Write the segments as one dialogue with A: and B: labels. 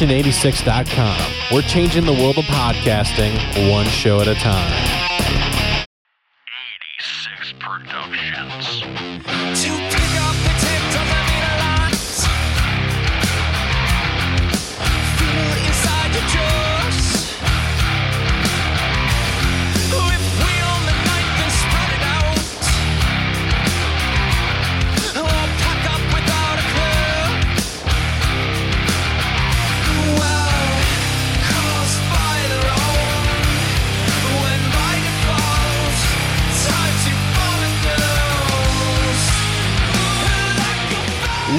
A: section86.com. We're changing the world of podcasting one show at a time.
B: 86 Productions.
C: To pick up the tip from the middle lines. Feel inside your jaws. If we own the night, then spread it out. Or pack up without a clue. Well, caused by the wrong. When by default, time to fall and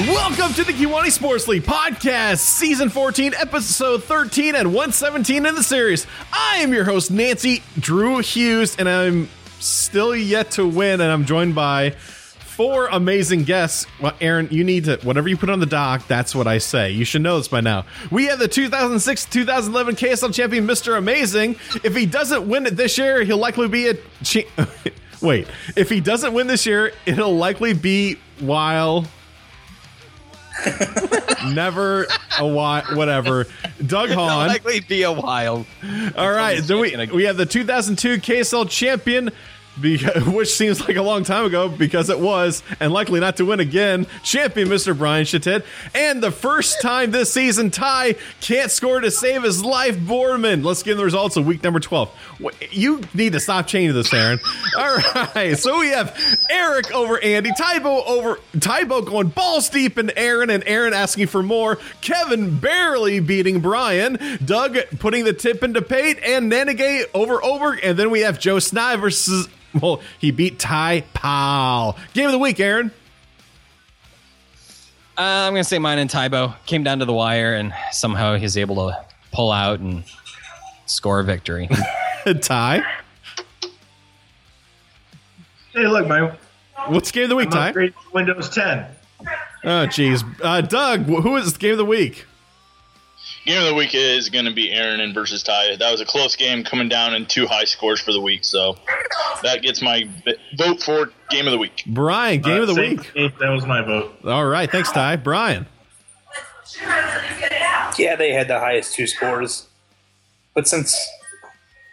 C: lose. Like a
D: Welcome to the Kiwani Sports League podcast, season 14, episode 13, and 117 in the series. I am your host, Nancy Drew Hughes, and I'm still yet to win, and I'm joined by four amazing guests. Well, Aaron, you need to, whatever you put on the dock, that's what I say. You should know this by now. We have the 2006 2011 KSL champion, Mr. Amazing. If he doesn't win it this year, he'll likely be a. Cha- Wait, if he doesn't win this year, it'll likely be while never a while, whatever. Doug Hahn.
E: likely be a while.
D: All right, then we we have the 2002 KSL champion, because, which seems like a long time ago because it was, and likely not to win again. Champion Mr. Brian Shittet, and the first time this season, Ty can't score to save his life. Borman. Let's get the results of week number 12. Wha- You need to stop changing this, Aaron. All right, so we have Eric over Andy, Tybo over Tybo going balls deep in Aaron, and Aaron asking for more. Kevin barely beating Brian. Doug putting the tip into Pate and Nanagay over over. And then we have Joe Sny versus, well, he beat Ty Powell. Game of the week, Aaron.
E: Uh, I'm gonna say mine and Tybo came down to the wire, and somehow he's able to pull out and score a victory.
D: Ty.
F: Hey, look, my
D: What's game of the week,
F: my
D: Ty?
F: upgrade to Windows 10.
D: Oh, geez. Uh, Doug, wh- who is game of the week?
G: Game of the week is going to be Aaron and versus Ty. That was a close game, coming down in two high scores for the week. So that gets my v- vote for game of the week.
D: Brian, game
F: Uh,
D: of the
F: same
D: week.
F: case, That was my vote.
D: All right, thanks, Ty. Brian.
H: Yeah, they had the highest two scores. But since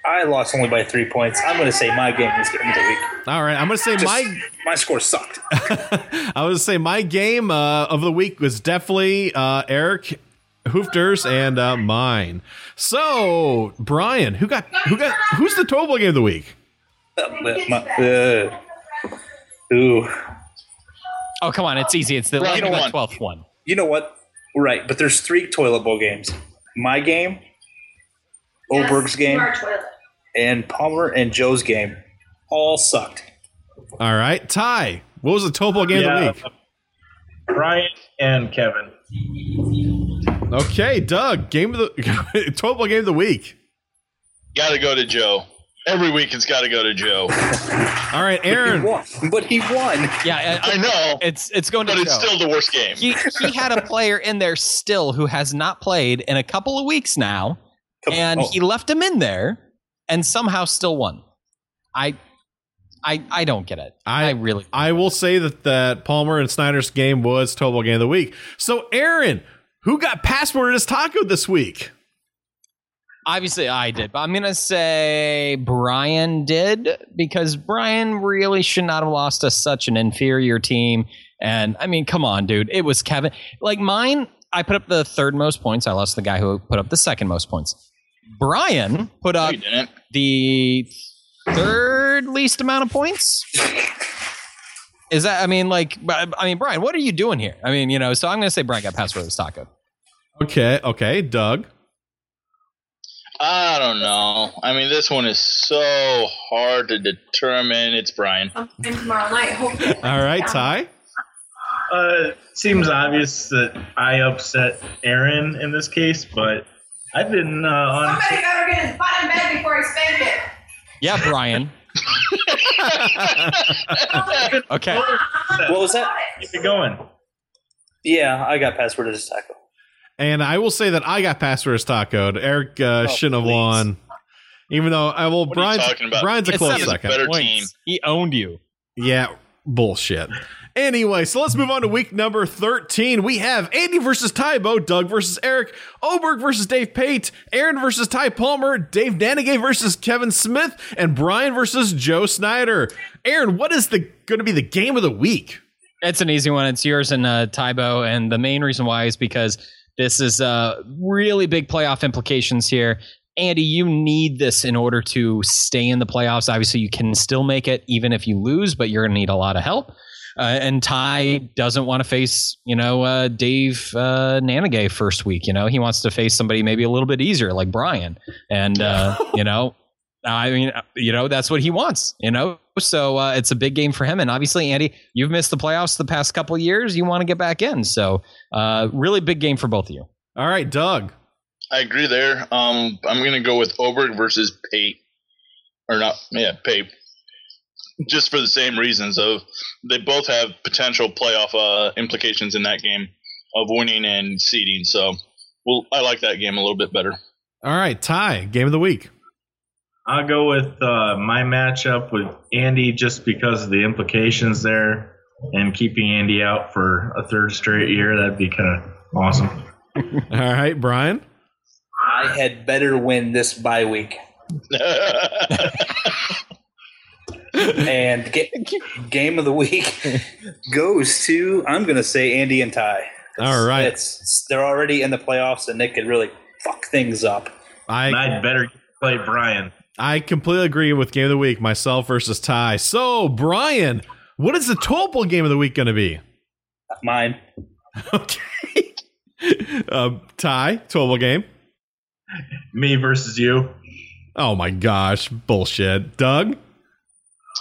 H: I lost only by three points, I'm going to say my game is game of the week.
D: All right, I'm gonna say
H: Just-
D: my
H: my score sucked.
D: I was gonna say my game uh, of the week was definitely uh, Eric Hoofter's and uh, mine. So Brian, who got who got who's the total game of the week?
H: My- uh, ooh.
E: oh come on, it's easy. It's the
G: Well, you know
E: the
G: what?
E: twelfth one.
H: You know what? Right, but there's three toilet bowl games. My game, Oberg's game, and Palmer and Joe's game all sucked.
D: All right, Ty. What was the total game
F: Yeah.
D: of the
F: Brian and Kevin.
D: week? Okay, Doug. Game of the total game of the week.
G: Got to go to Joe. Every week it's got to go to Joe.
D: All right,
H: He
D: Aaron.
H: won, but he won.
E: Yeah, I,
G: I know,
E: it's it's going to
G: but it's
E: show.
G: still the worst game.
E: he he had a player in there still who has not played in a couple of weeks now, and
H: Oh.
E: he left him in there, and somehow still won. I I I don't get it.
D: I-
E: I, really
D: I will say that that Palmer and Snyder's game was total game of the week. So Aaron, who got passport as taco this week?
E: Obviously, I did, but I'm gonna say Brian did because Brian really should not have lost to such an inferior team. And I mean, come on, dude, it was Kevin. Like mine, I put up the third most points. I lost to the guy who put up the second most points. Brian put
G: No,
E: up
G: you didn't.
E: the third least amount of points. Is that? I mean, like, I I mean, Brian, what are you doing here? I mean, you know. So I'm gonna say Brian got passed for this taco.
D: Okay, okay, Doug.
G: I don't know. I mean, this one is so hard to determine. It's Brian.
I: sometime tomorrow night. Hopefully.
D: All right, Ty.
F: Uh, seems obvious that I upset Aaron in this case, but I've been uh, on.
I: Somebody better get his butt in bed before he spank it.
E: Yeah, Brian. okay.
H: What was that?
F: Keep it going.
H: Yeah, I got password as a tackle.
D: And I will say that I got password as tacoed. Eric uh,
H: Oh,
D: shouldn't have
H: please.
D: won. Even though I well,
G: are you
D: Brian's
G: talking about?
D: Brian's a
E: It's
D: close
E: not-
D: second.
G: Better
E: Points.
G: team.
E: He owned you.
D: Yeah, Bullshit. Anyway, so let's move on to week number 13. We have Andy versus Tybo, Doug versus Eric, Oberg versus Dave Pate, Aaron versus Ty Palmer, Dave Danigay versus Kevin Smith, and Brian versus Joe Snyder. Aaron, what is the going to be the game of the week?
E: It's an easy one. It's yours and uh, Tybo, and the main reason why is because this is uh, really big playoff implications here. Andy, you need this in order to stay in the playoffs. Obviously, you can still make it even if you lose, but you're going to need a lot of help. Uh, and Ty doesn't want to face, you know, uh, Dave uh, Nanagay first week. You know, he wants to face somebody maybe a little bit easier, like Brian. And uh, you know, I mean, you know, that's what he wants, you know? So uh, it's a big game for him. And obviously, Andy, you've missed the playoffs the past couple of years. You want to get back in. So, uh, really big game for both of you.
D: All right, Doug.
G: I agree there. Um, I'm gonna go with Oberg versus Pate, or not? Yeah, Pate. Just for the same reasons of they both have potential playoff uh, implications in that game of winning and seeding. So, well, I like that game a little bit better.
D: All right, Ty, game of the week.
F: I'll go with uh, my matchup with Andy just because of the implications there and keeping Andy out for a third straight year. That'd be kind of awesome.
D: All right, Brian.
H: I had better win this bye week and ga- game of the week goes to I'm gonna say Andy and Ty.
D: All right.
H: It's- it's- they're already in the playoffs and they could really fuck things up.
F: And
D: I
F: I'd better play Brian.
D: I completely agree with game of the week, myself versus Ty. So, Brian, what is the Topol game of the week going to be?
H: Mine.
D: Okay. um, Ty, Topol game.
F: Me versus you.
D: Oh my gosh, bullshit. Doug?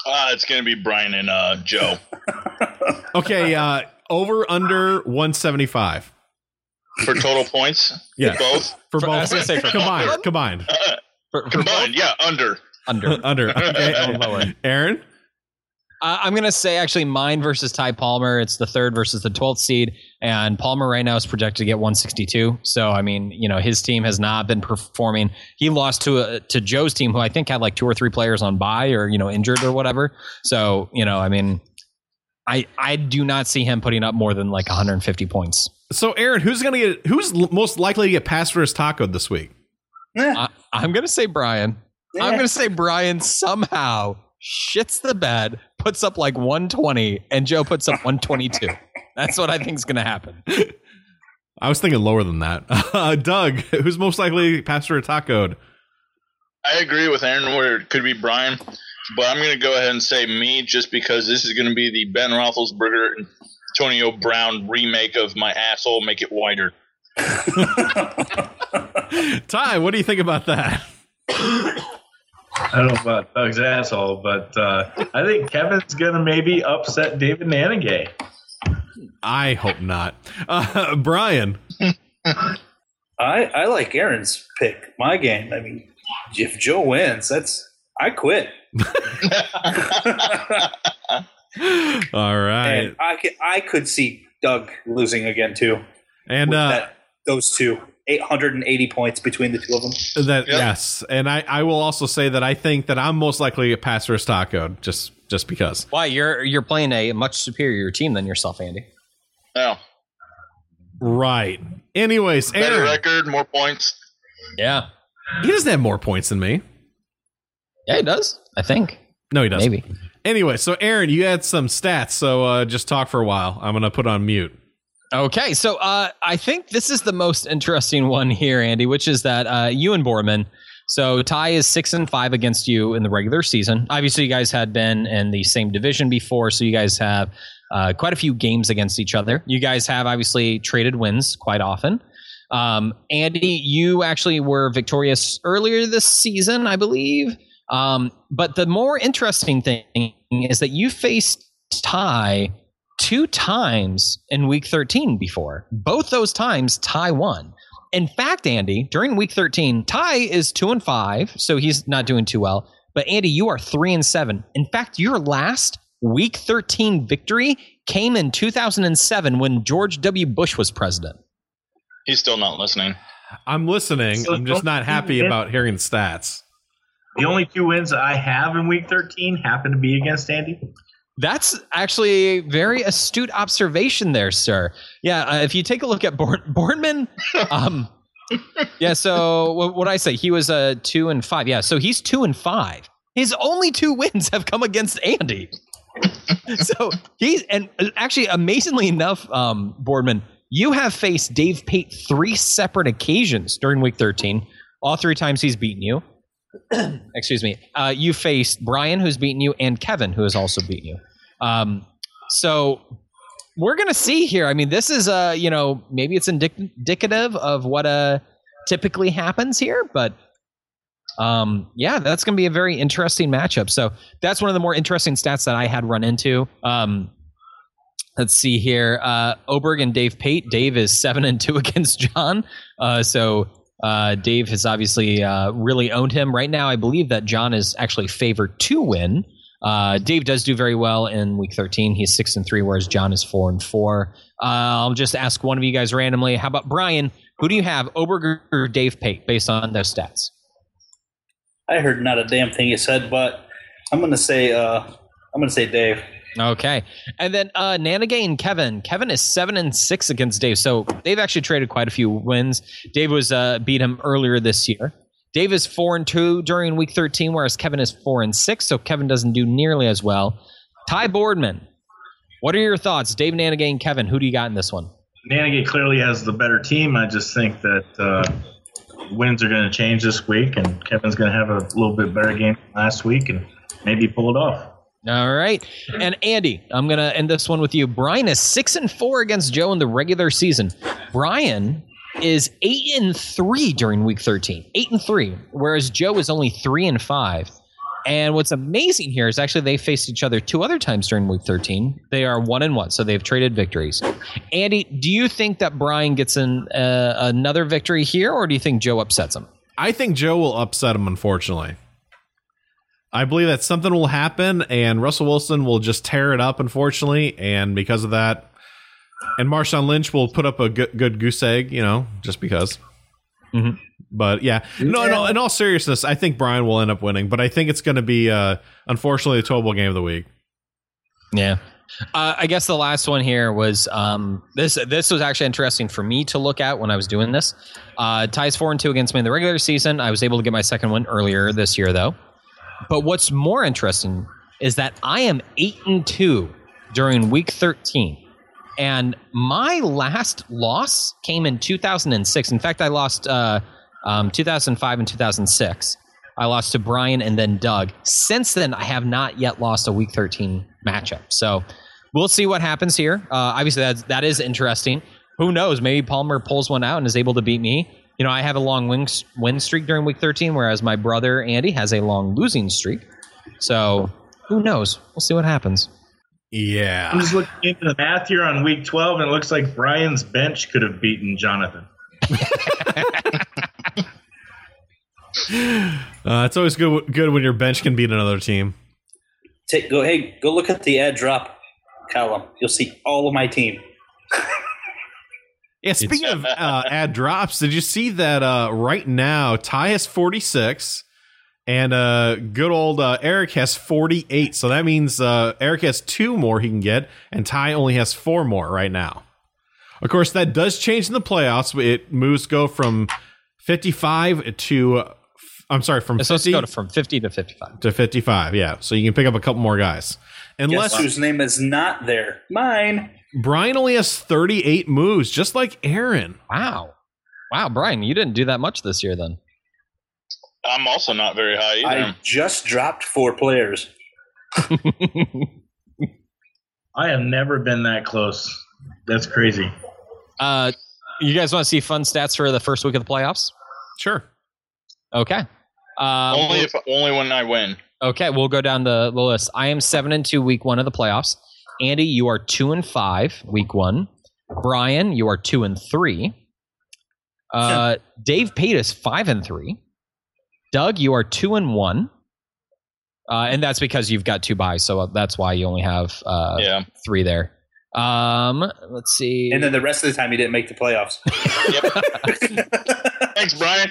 G: Uh, it's gonna be Brian and uh, Joe.
D: Okay, uh over under 175.
G: for total points.
D: Yeah.
G: Both
D: For,
E: For- I
D: both
E: was gonna say for-
D: combined, combined.
E: For, for both
G: combined. Yeah, under.
E: under.
D: Under. Okay. Oh,
E: Or lower.
D: Aaron?
E: Uh, I'm going to say actually mine versus Ty Palmer. It's the third versus the 12th seed. And Palmer right now is projected to get 162. So, I mean, you know, his team has not been performing. He lost to uh, to Joe's team, who I think had like two or three players on bye or, you know, injured or whatever. So, you know, I mean, I, I do not see him putting up more than like 150 points.
D: So Aaron, who's going to get who's l- most likely to get passed for his taco this week?
H: Eh.
E: I, I'm going to say Brian. I'm going to say Brian somehow shits the bed, puts up like 120, and Joe puts up 122. That's what I think is going to happen.
D: I was thinking lower than that. Uh, Doug, who's most likely to get passed for a taco?
G: I agree with Aaron where it could be Brian, but I'm going to go ahead and say me just because this is going to be the Ben Roethlisberger and Antonio Brown remake of my asshole, make it wider.
D: Ty, what do you think about that?
F: I don't know about Doug's asshole, but uh, I think Kevin's going to maybe upset David Nanagay.
D: I hope not. Uh, Brian.
H: I, I like Aaron's pick. My game. I mean, if Joe wins, that's I quit.
D: All right.
H: And I could I could see Doug losing again too.
D: And,
H: with
D: uh,
H: that, those two, 880 points between the two of them.
D: That
G: Yep.
D: yes, and I, I will also say that I think that I'm most likely a pass for a stock code just just because.
E: Why you're you're playing a much superior team than yourself, Andy.
G: No,
D: Right. Anyways,
G: better
D: Aaron,
G: record, more points.
E: Yeah,
D: he doesn't have more points than me.
E: yeah, he does. I think
D: No, he doesn't.
E: maybe.
D: Anyway, so Aaron, you had some stats, so uh, just talk for a while. I'm gonna put on mute.
E: Okay, so uh, I think this is the most interesting one here, Andy, which is that uh, you and Borman. So Ty is six and five against you in the regular season. Obviously, you guys had been in the same division before, so you guys have uh, quite a few games against each other. You guys have obviously traded wins quite often. Um, Andy, you actually were victorious earlier this season, I believe. Um, but the more interesting thing is that you faced Ty two times in week 13 before. Both those times, Ty won. In fact, Andy, during week 13, Ty is two and five, so he's not doing too well. But Andy, you are three and seven. In fact, your last week 13 victory came in 2007 when George W. Bush was president.
G: He's still not listening.
D: I'm listening.
F: So
D: I'm just
F: don't
D: not happy
F: you get-
D: about hearing the stats.
F: The only two wins I have in week 13 happen to be against Andy.
E: That's actually a very astute observation there, sir. Yeah, uh, if you take a look at Born- Bornman, um, yeah. So what would I say? He was a two and five. Yeah, so he's two and five. His only two wins have come against Andy. so he's and uh, actually amazingly enough, um, Boardman, you have faced Dave Pate three separate occasions during Week 13. All three times he's beaten you. Excuse me. Uh, you faced Brian, who's beaten you, and Kevin, who has also beaten you. Um, so we're gonna see here. I mean, this is uh, you know, maybe it's indic- indicative of what uh typically happens here, but um, yeah, that's gonna be a very interesting matchup. So that's one of the more interesting stats that I had run into. Um, let's see here. Uh, Oberg and Dave Pate. Dave is seven and two against John. Uh, so uh, Dave has obviously uh, really owned him right now. I believe that John is actually favored to win. Uh, Dave does do very well in week 13. He's six and three, whereas John is four and four. Uh, I'll just ask one of you guys randomly. How about Brian? Who do you have, Oberg or Dave Pate, based on those stats?
H: I heard not a damn thing you said, but I'm gonna say uh, I'm gonna say Dave.
E: Okay. And then uh Nanagay and Kevin. Kevin is seven and six against Dave. So they've actually traded quite a few wins. Dave was uh beat him earlier this year. Dave is four and two during week thirteen, whereas Kevin is four and six, so Kevin doesn't do nearly as well. Ty Boardman, what are your thoughts? Dave Nanagay and Kevin, who do you got in this one?
F: Nanagate clearly has the better team. I just think that uh, wins are going to change this week, and Kevin's going to have a little bit better game than last week and maybe pull it off.
E: All right. And Andy, I'm going to end this one with you. Brian is 6 and 4 against Joe in the regular season. Brian is 8 and 3 during week 13. 8 and 3, whereas Joe is only 3 and 5. And what's amazing here is actually they faced each other two other times during week 13. They are 1 and 1, so they've traded victories. Andy, do you think that Brian gets an, uh, another victory here or do you think Joe upsets him?
D: I think Joe will upset him, unfortunately. I believe that something will happen and Russell Wilson will just tear it up, unfortunately. And because of that, and Marshawn Lynch will put up a good, good goose egg, you know, just because.
E: Mhm.
D: But yeah, no, no, in all seriousness, I think Brian will end up winning, but I think it's going to be, uh, unfortunately, the 12 ball game of the week.
E: Yeah. Uh, I guess the last one here was um, this. This was actually interesting for me to look at when I was doing this. Uh, ties four and two against me in the regular season. I was able to get my second win earlier this year, though. But what's more interesting is that I am eight and two during week thirteen, and my last loss came in two thousand and six. In fact, I lost uh, um, two thousand five and two thousand six. I lost to Brian and then Doug. Since then, I have not yet lost a week 13 matchup. So we'll see what happens here. Uh, obviously, that's, that is interesting. Who knows? Maybe Palmer pulls one out and is able to beat me. You know, I have a long win, win streak during week 13, whereas my brother Andy has a long losing streak. So who knows? We'll see what happens.
F: I'm
D: Yeah.
F: just looking into the math here on week 12, and it looks like Brian's bench could have beaten Jonathan.
D: Uh, it's always good, good when your bench can beat another team.
H: Take go hey go look at the ad drop column. You'll see all of my team.
D: Yeah, speaking of uh, ad drops, did you see that uh, right now Ty has 46 and uh, good old uh, Eric has 48. So that means uh, Eric has two more he can get, and Ty only has four more right now. Of course, that does change in the playoffs. It moves go from 55 to, uh, f- I'm sorry, from
E: So let's
D: 50
E: go to,
D: to,
E: from 50 to 55.
D: 55. Yeah. So you can pick up a couple more guys. Unless
H: Guess whose name is not there? Mine.
D: Brian only has 38 moves, just like Aaron.
E: Wow. Wow, Brian, you didn't do that much this year then.
G: I'm also not very high either.
H: I just dropped four players.
F: I have never been that close. That's crazy.
E: Uh, you guys want to see fun stats for the first week of the playoffs?
D: Sure.
E: Okay. Uh,
G: only if only when I win.
E: Okay, we'll go down the, the list. I am seven and two week one of the playoffs. Andy, you are two and five week one. Brian, you are two and three. Uh, Dave Pate is five and three. Doug, you are two and one. Uh, and that's because you've got two buys, so that's why you only have uh,
G: yeah.
E: three there. Um, let's see.
H: And then the rest of the time he didn't make the playoffs.
G: Thanks, Brian.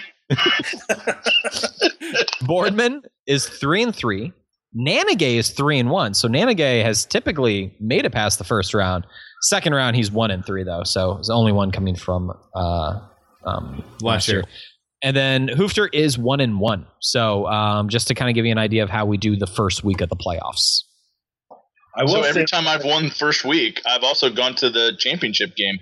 E: Boardman is three and three. Nanagay is three and one, so Nanagay has typically made it past the first round. Second round, he's one and three though, so it's the only one coming from uh, um,
D: Last year.
E: And then Hoofter is one and one. So um, just to kind of give you an idea of how we do the first week of the playoffs.
F: I will
G: So every
F: say,
G: time I've won first week, I've also gone to the championship game.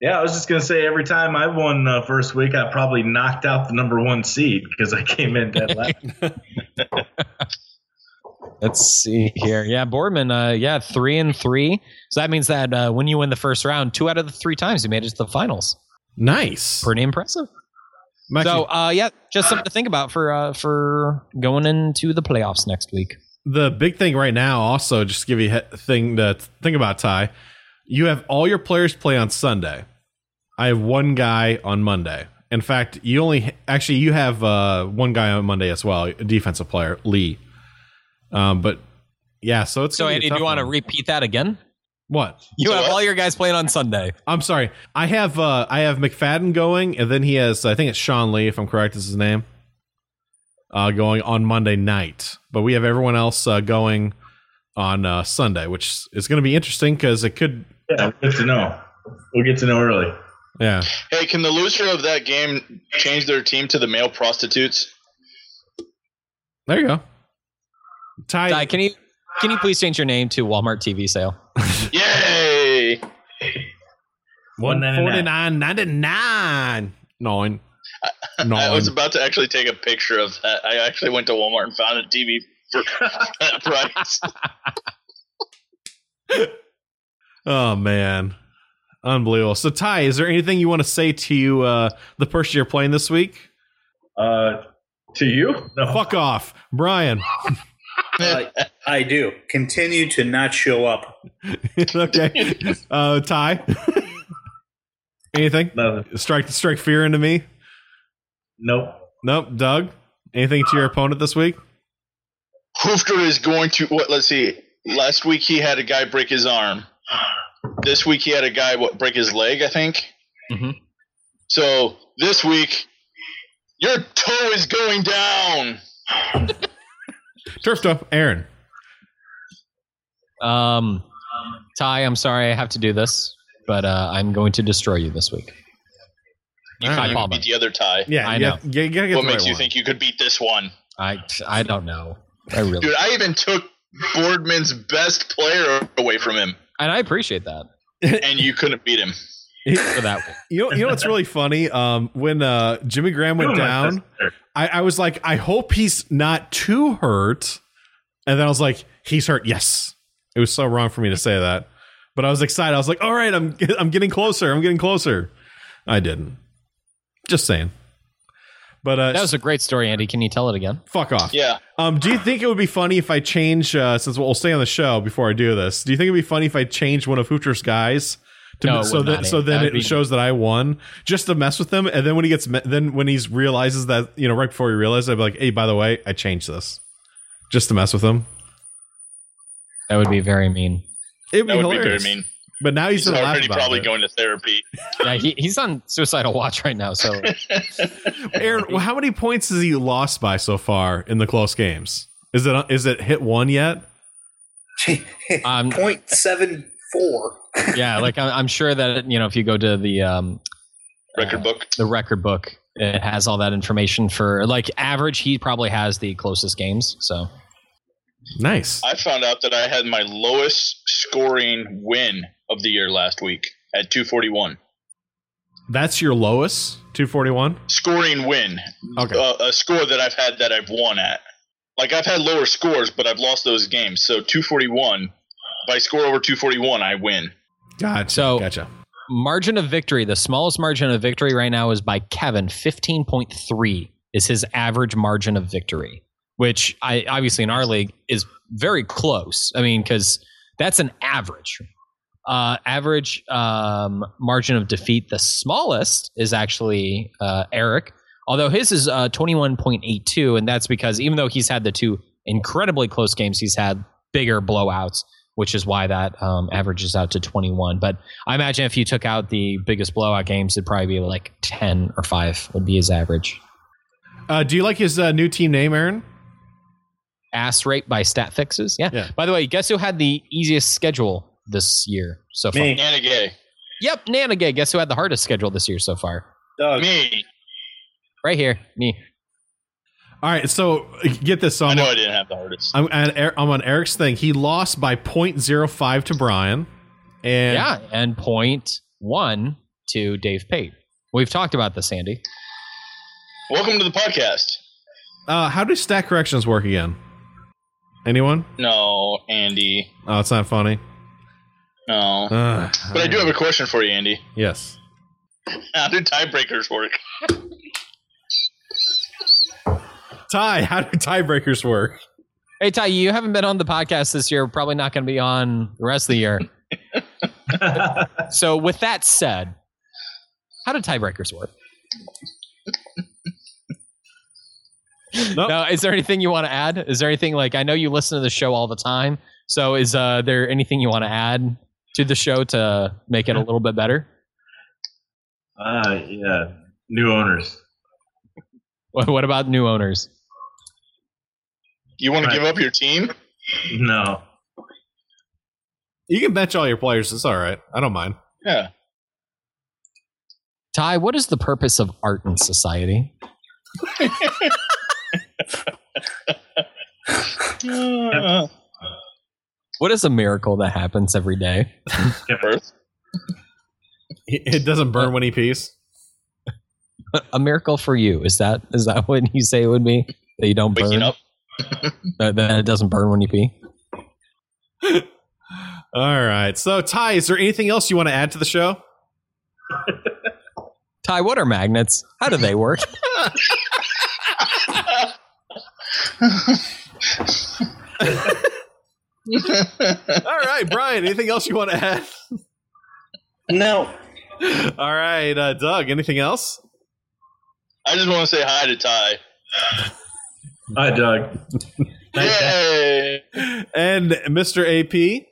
F: yeah, I was just gonna say every time I won uh, first week, I probably knocked out the number one seed because I came in dead last.
E: Let's see here. Yeah, Boardman. Uh, yeah, three and three. So that means that uh, when you win the first round, two out of the three times you made it to the finals.
D: Nice.
E: Pretty impressive.
D: I'm actually-
E: so uh, yeah, just something to think about for uh, for going into the playoffs next week.
D: the big thing right now, also, just to give you a he- thing to think about, Ty, you have all your players play on Sunday. I have one guy on Monday. In fact, you only actually you have uh, one guy on Monday as well, a defensive player Lee. Um, but yeah, so it's
E: So
D: gonna be a
E: Andy, do
D: tough
E: you want to
D: one.
E: repeat that again?
D: what?
E: You
G: So
E: have
G: what?
E: all your guys playing on Sunday.
D: I'm sorry. I have uh I have McFadden going, and then he has I think it's Sean Lee, if I'm correct, is his name. Uh, going on Monday night, but we have everyone else uh, going on uh, Sunday, which is going to be interesting because it could.
F: Yeah, we'll get to know. We'll get to know early.
D: Yeah,
G: Hey, can the loser of that game change their team to the male prostitutes?
D: there you go. Ty,
E: Di, can you can you please change your name to Walmart TV sale?
G: Yay!
D: one forty
F: 199.
D: nine ninety nine nine
G: I was
D: nine.
G: about to actually take a picture of that. I actually went to Walmart and found a TV for that price.
D: Oh man, unbelievable. So Ty, is there anything you want to say to uh, the person you're playing this week?
F: Uh, to you? No.
D: Fuck off, Brian.
H: Uh, I do. Continue to not show up.
D: okay. Uh, Ty. Anything?
F: Nothing.
D: Strike strike fear into me.
F: Nope.
D: Nope. Doug. Anything to
G: Uh,
D: your opponent this week?
G: Hoofter is going to what? Let's see. Last week he had a guy break his arm. This week he had a guy what break his leg, I think.
E: Mhm.
G: So this week, your toe is going down.
D: Turf stuff. Aaron.
E: Um, Ty, I'm sorry I have to do this, but uh, I'm going to destroy you this week.
G: You
E: Ty
G: thought you could
E: Palmer.
G: beat the other tie.
D: Yeah,
E: I
D: you
E: know.
D: got- you gotta get
G: What
D: the
G: makes
D: right
G: you
D: one.
G: think you could beat this one,
E: I I don't know. I really
G: dude? I even took Boardman's best player away from him,
E: and I appreciate that
G: and you couldn't beat him.
E: for that. One.
D: You know, you know what's really funny? Um, when uh, Jimmy Graham went
F: Doing my
D: down,
F: best there.
D: I, I was like, I hope he's not too hurt. And then I was like, he's hurt. Yes. It was so wrong for me to say that. But I was excited. I was like, all right, I'm I'm getting closer. I'm getting closer. I didn't. Just saying. But uh,
E: That was a great story, Andy. Can you tell it again?
D: fuck off.
G: Yeah,
D: Um, do you think it would be funny if I change, uh, since we'll stay on the show before I do this, do you think it'd be funny if I change one of Hooter's guys? To,
E: No, it
D: so
E: would
D: that
E: not,
D: so
E: Andy.
D: then
E: That
D: it
E: would be-
D: shows that I won just to mess with him, and then when he gets me- then when he's realizes that you know right before he realizes, I'd be like, hey, by the way, I changed this just to mess with him.
E: That would be very mean.
D: It'd be
G: that would be very
D: hilarious.
G: mean.
D: But now he's,
G: He's
D: gonna laugh
G: already
D: about
G: probably
D: it.
G: going to therapy.
E: Yeah, he, he's on suicidal watch right now. So
D: Aaron, well, how many points has he lost by so far in the close games? Is it is it hit one yet?
E: um,
H: Point seven four.
E: yeah, like I'm, I'm sure that you know if you go to the um,
G: Record book.
E: the record book, it has all that information for like average. He probably has the closest games. So
D: Nice.
G: I found out that I had my lowest scoring win of the year last week at 241.
D: That's your lowest two forty one.
G: Scoring win.
D: Okay.
G: Uh, a score that I've had that I've won at. Like I've had lower scores, but I've lost those games. So 241. If I score over 241, I win.
D: Gotcha.
E: So-
D: gotcha.
E: margin of victory, the smallest margin of victory right now is by Kevin. Fifteen point three is his average margin of victory, which I obviously in our league is very close. I mean, because that's an average. Uh, average um, margin of defeat, the smallest is actually uh, Eric, although his is uh, 21.82, and that's because even though he's had the two incredibly close games, he's had bigger blowouts, which is why that um, averages out to 21. But I imagine if you took out the biggest blowout games, it'd probably be like 10 or 5 would be his average.
D: Uh, do you like his uh, new team name, Aaron?
E: ass rape by stat fixes. Yeah.
D: Yeah.
E: By the way, guess who had the easiest schedule this year so far?
H: Me,
G: Anna Gay.
E: Yep, Nanagay. Guess who had the hardest schedule this year so far?
D: Oh,
H: Doug.
G: Me.
E: Right here, me.
D: All right, so get this
G: I
D: on.
G: know I didn't have the hardest.
D: oh, I'm, on Eric- I'm on Eric's thing. He lost by 0.05 to Brian. And
E: Yeah, and point one to Dave Pate. We've talked about this, Andy.
G: Welcome to the podcast.
D: uh, how do stat corrections work again? Anyone?
G: No, Andy.
D: Oh, it's not funny.
G: No.
D: Ugh.
G: But I do have a question for you, Andy.
D: Yes.
G: How do tiebreakers work?
D: Tie. How do tiebreakers work?
E: Hey Ty, you haven't been on the podcast this year. Probably not going to be on the rest of the year. so, with that said, how do tiebreakers work?
D: Nope.
E: Now, is there anything you want to add? Is there anything like I know you listen to the show all the time? So, is uh, there anything you want to add to the show to make it a little bit better?
F: uh, yeah, new owners.
E: What what about new owners?
G: You want
F: Right.
G: to give up your team?
F: No,
D: You can bench all your players. It's all right. I don't mind.
G: Yeah.
E: Ty, what is the purpose of art in society?
G: Uh,
E: What is a miracle that happens every day?
G: birth.
D: It doesn't burn when he pees.
E: A miracle for you is that is that what you say it would be that you don't burn?
G: Waking up.
E: That, that it doesn't burn when you pee.
D: All right. So, Ty, is there anything else you want to add to the show?
E: Ty, what are magnets? How do they work?
D: All right, Brian, anything else you want to add?
H: No.
D: All right, uh, Doug, anything else?
G: I just want to say hi to Ty.
F: hi Doug.
G: Yay!
D: And Mr. AP,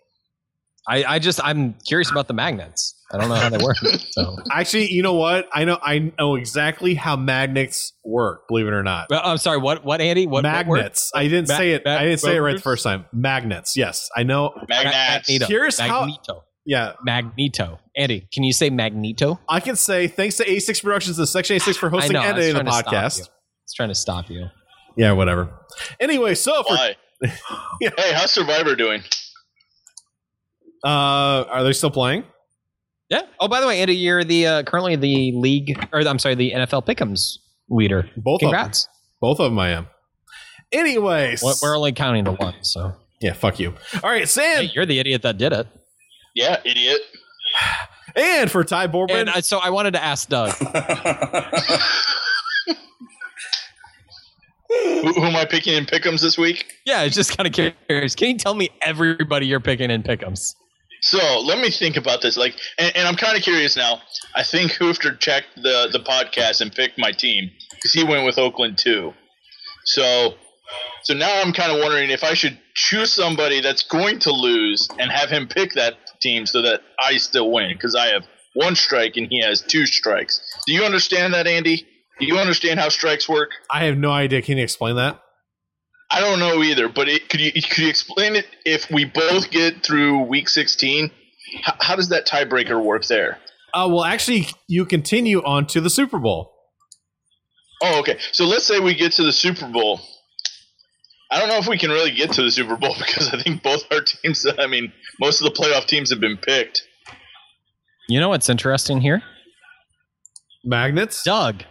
E: I, I just I'm curious about the magnets. I don't know how they work. So
D: actually, you know what? I know I know exactly how magnets work. Believe it or not,
E: Well, I'm sorry. What what Andy? What what word?
D: magnets. I didn't
E: Ma-
D: say it.
E: ma-
D: I didn't say it right the
E: magnets?
D: first time. Magnets. Yes, I know.
E: Ma-
G: Magnats.
E: Magneto.
D: Here's how-
E: magneto.
D: Yeah,
E: Magneto. Andy, can you say magneto?
D: I can say thanks to A6 Productions and Section A6 for hosting
E: I know. I
D: and
E: was
D: editing the
E: trying to stop
D: podcast.
E: you. It's trying to stop you.
D: Yeah, whatever. Anyway, so for
G: Why? Hey, how's Survivor doing?
D: uh, are they still playing?
E: Yeah. Oh, by the way, Andy, you're the uh, currently the league, or I'm sorry, the NFL Pickums leader.
D: Both of them.
E: Congrats.
D: Both of them, I am. Anyways,
E: Well, We're only counting the one, so
D: yeah, fuck you. All right, Sam,
E: Hey, you're the idiot that did it.
G: Yeah, idiot.
D: and for Ty Borman,
E: And I, so I wanted to ask Doug.
G: Who, who am I picking in Pickums this week?
E: yeah, it's just kind of curious. Can you tell me everybody you're picking in Pickums?
G: So let me think about this. Like, and, and I'm kind of curious now. I think Hoofter checked the the podcast and picked my team because he went with Oakland too. So, so now I'm kind of wondering if I should choose somebody that's going to lose and have him pick that team so that I still win because I have one strike and he has two strikes. Do you understand that, Andy? Do you understand how strikes work?
D: I have no idea. Can you explain that?
G: I don't know either, but it, could you could you explain it if we both get through week 16? How, how does that tiebreaker work there?
D: Uh, well, actually, you continue on to the Super Bowl.
G: Oh, okay. So let's say we get to the Super Bowl. I don't know if we can really get to the Super Bowl because I think both our teams, I mean, most of the playoff teams have been picked.
E: You know what's interesting here?
D: Magnets.
E: Doug,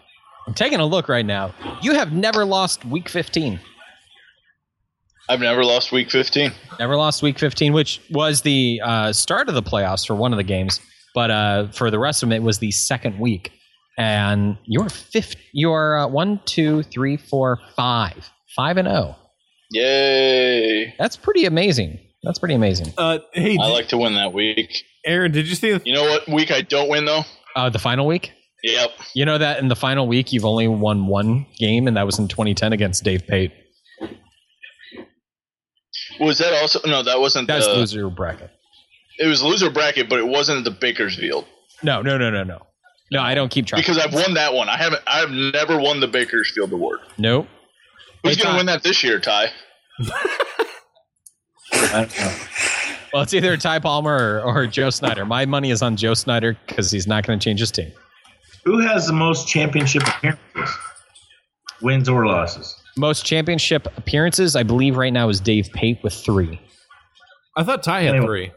E: I'm taking a look right now. You have never lost week 15.
G: I've never lost week 15.
E: Never lost week 15, which was the uh, start of the playoffs for one of the games, but uh, for the rest of them, it was the second week. And you're fifth. You're uh, one, two, three, four, five, five and oh.
G: Yay.
E: That's pretty amazing. That's pretty amazing.
D: Uh, hey,
G: I like to win that week.
D: Aaron, did you see the
G: You know what week I don't win, though?
E: Uh, the final week.
G: Yep.
E: You know that in the final week, you've only won one game, and that was in 2010 against Dave Pate.
G: Was that also? No, that wasn't
E: That's
G: the.
E: loser bracket.
G: It was loser bracket, but it wasn't the Bakersfield.
E: No, no, no, no, no. No, I don't keep track.
G: Because I've won that one. I haven't. I've never won the Bakersfield award.
E: nope.
G: Who's
E: Hey,
G: going
E: Ty.
G: to win that this year, Ty?
F: I don't know.
E: Well, it's either Ty Palmer or, or Joe Snyder. My money is on Joe Snyder because he's not going to change his team.
F: Who has the most championship appearances? Wins or losses?
E: Most championship appearances, I believe, right now is Dave Pate with three.
D: I thought Ty had
F: Anyway.
D: three.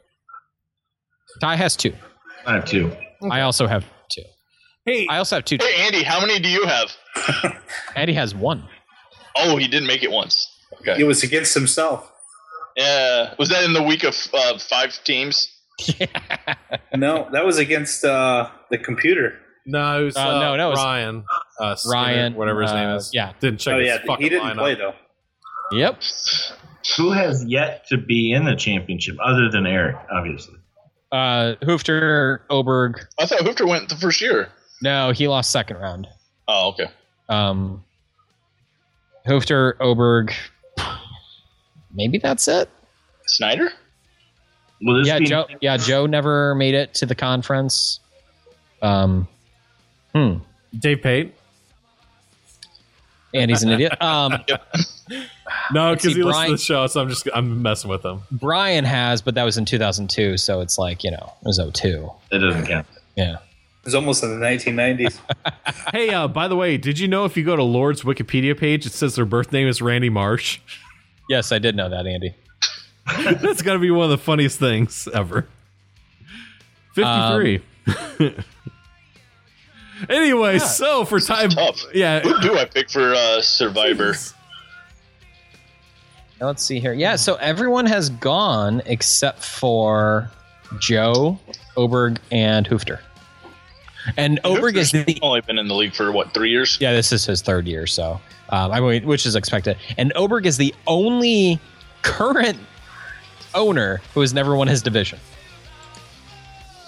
E: Ty has two.
F: I have two.
E: I also have two.
D: Hey,
E: I also have two.
G: Hey, Andy, how many do you have?
E: Eddie has one.
G: Oh, he did make it once.
H: It was against himself.
G: Yeah. Was that in the week of uh, five teams?
H: No, that was against uh, the computer.
D: no, it was,
E: Uh,
D: uh,
E: no, no, it was-
D: Ryan. Uh, Skinner,
E: Ryan,
D: whatever his
E: uh,
D: name is.
E: yeah.
D: Didn't check
H: oh
D: his
H: yeah,
D: fucking
H: he didn't
D: lineup.
H: play though.
E: Yep.
F: Who has yet to be in the championship other than Eric, obviously?
E: Uh, Hoofter, Oberg.
G: I thought Hoofter went the first year.
E: No, he lost second round.
G: Oh, okay.
E: Um, Hoofter, Oberg. Maybe that's it.
G: Snyder?
F: Will this
E: yeah,
F: be
E: Joe. Yeah, Joe never made it to the conference. Um, hmm.
D: Dave Pate?
E: Andy's an idiot. Um,
D: No, because
E: see,
D: he listened
E: Brian-
D: to the show, so I'm just I'm messing with him.
E: Brian has, but that was in 2002, so it's like you know it was 02.
F: It doesn't count.
E: Yeah.
H: It was almost in the 1990s.
D: Hey, uh, by the way, did you know if you go to Lord's Wikipedia page, it says their birth name is Randy Marsh?
E: Yes, I did know that, Andy.
D: That's got to be one of the funniest things ever. Um, 53. anyway, so for time.
E: Uh,
G: Tough.
D: Yeah.
G: Oh, Who do I pick for uh, Survivor?
E: Now let's see here. Yeah, so everyone has gone except for Joe, Oberg, and Hoofter. And Oberg is the
G: Hoofter's only been in the league for what three years?
E: yeah. This is his third year, so um, I mean, which is expected. And Oberg is the only current owner who has never won his division.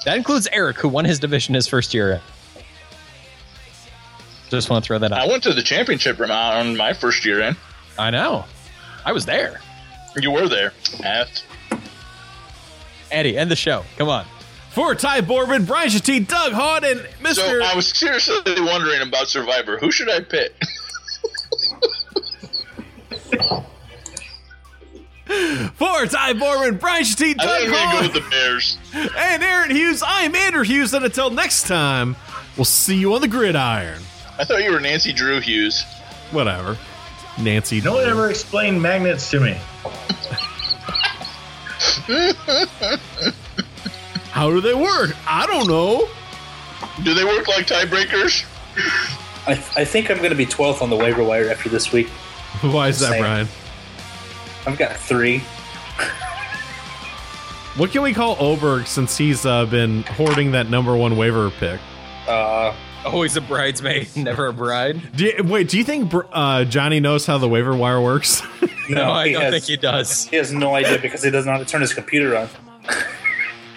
E: That includes Eric, who won his division his first year. Just want to throw that
G: I
E: out.
G: went to the championship round my first year in.
E: I know. I was there.
G: You were there. At
E: Eddie, end the show. Come on.
D: For Ty Borman, Brian Shatti, Doug Hahn, and Mr.
G: So um, I was seriously wondering about Survivor. Who should I pick?
D: for Ty Borman, Brian Shatti,
G: I
D: Doug
G: think I'm
D: Hahn,
G: gonna go with the Bears.
D: and Aaron Hughes. I'm Andrew Hughes, and until next time, we'll see you on the gridiron.
G: I thought you were Nancy Drew Hughes.
D: Whatever. Nancy.
F: No one ever explained magnets to me.
D: How do they work? I don't know.
G: Do they work like tiebreakers?
H: I, I think I'm going to be 12th on the waiver wire after this week.
D: Why is that,
H: Same.
D: Brian?
H: I've got three.
D: What can we call Oberg since he's uh, been hoarding that number one waiver pick?
H: Uh,
E: Always a bridesmaid, never a bride.
D: Do you, wait, do you think Br- uh, Johnny knows how the waiver wire works?
H: no,
E: No, I
H: he
E: don't
H: has,
E: think he does.
H: He has no idea because he doesn't know how to turn his computer on.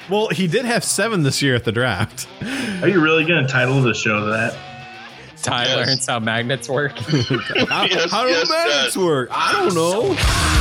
D: well, he did have seven this year at the draft.
F: Are you really going to title the show that?
E: Ty
G: Yes.
E: learns how magnets work.
D: How,
G: Yes,
D: how do
G: yes,
D: magnets
G: yes.
D: work? I don't know.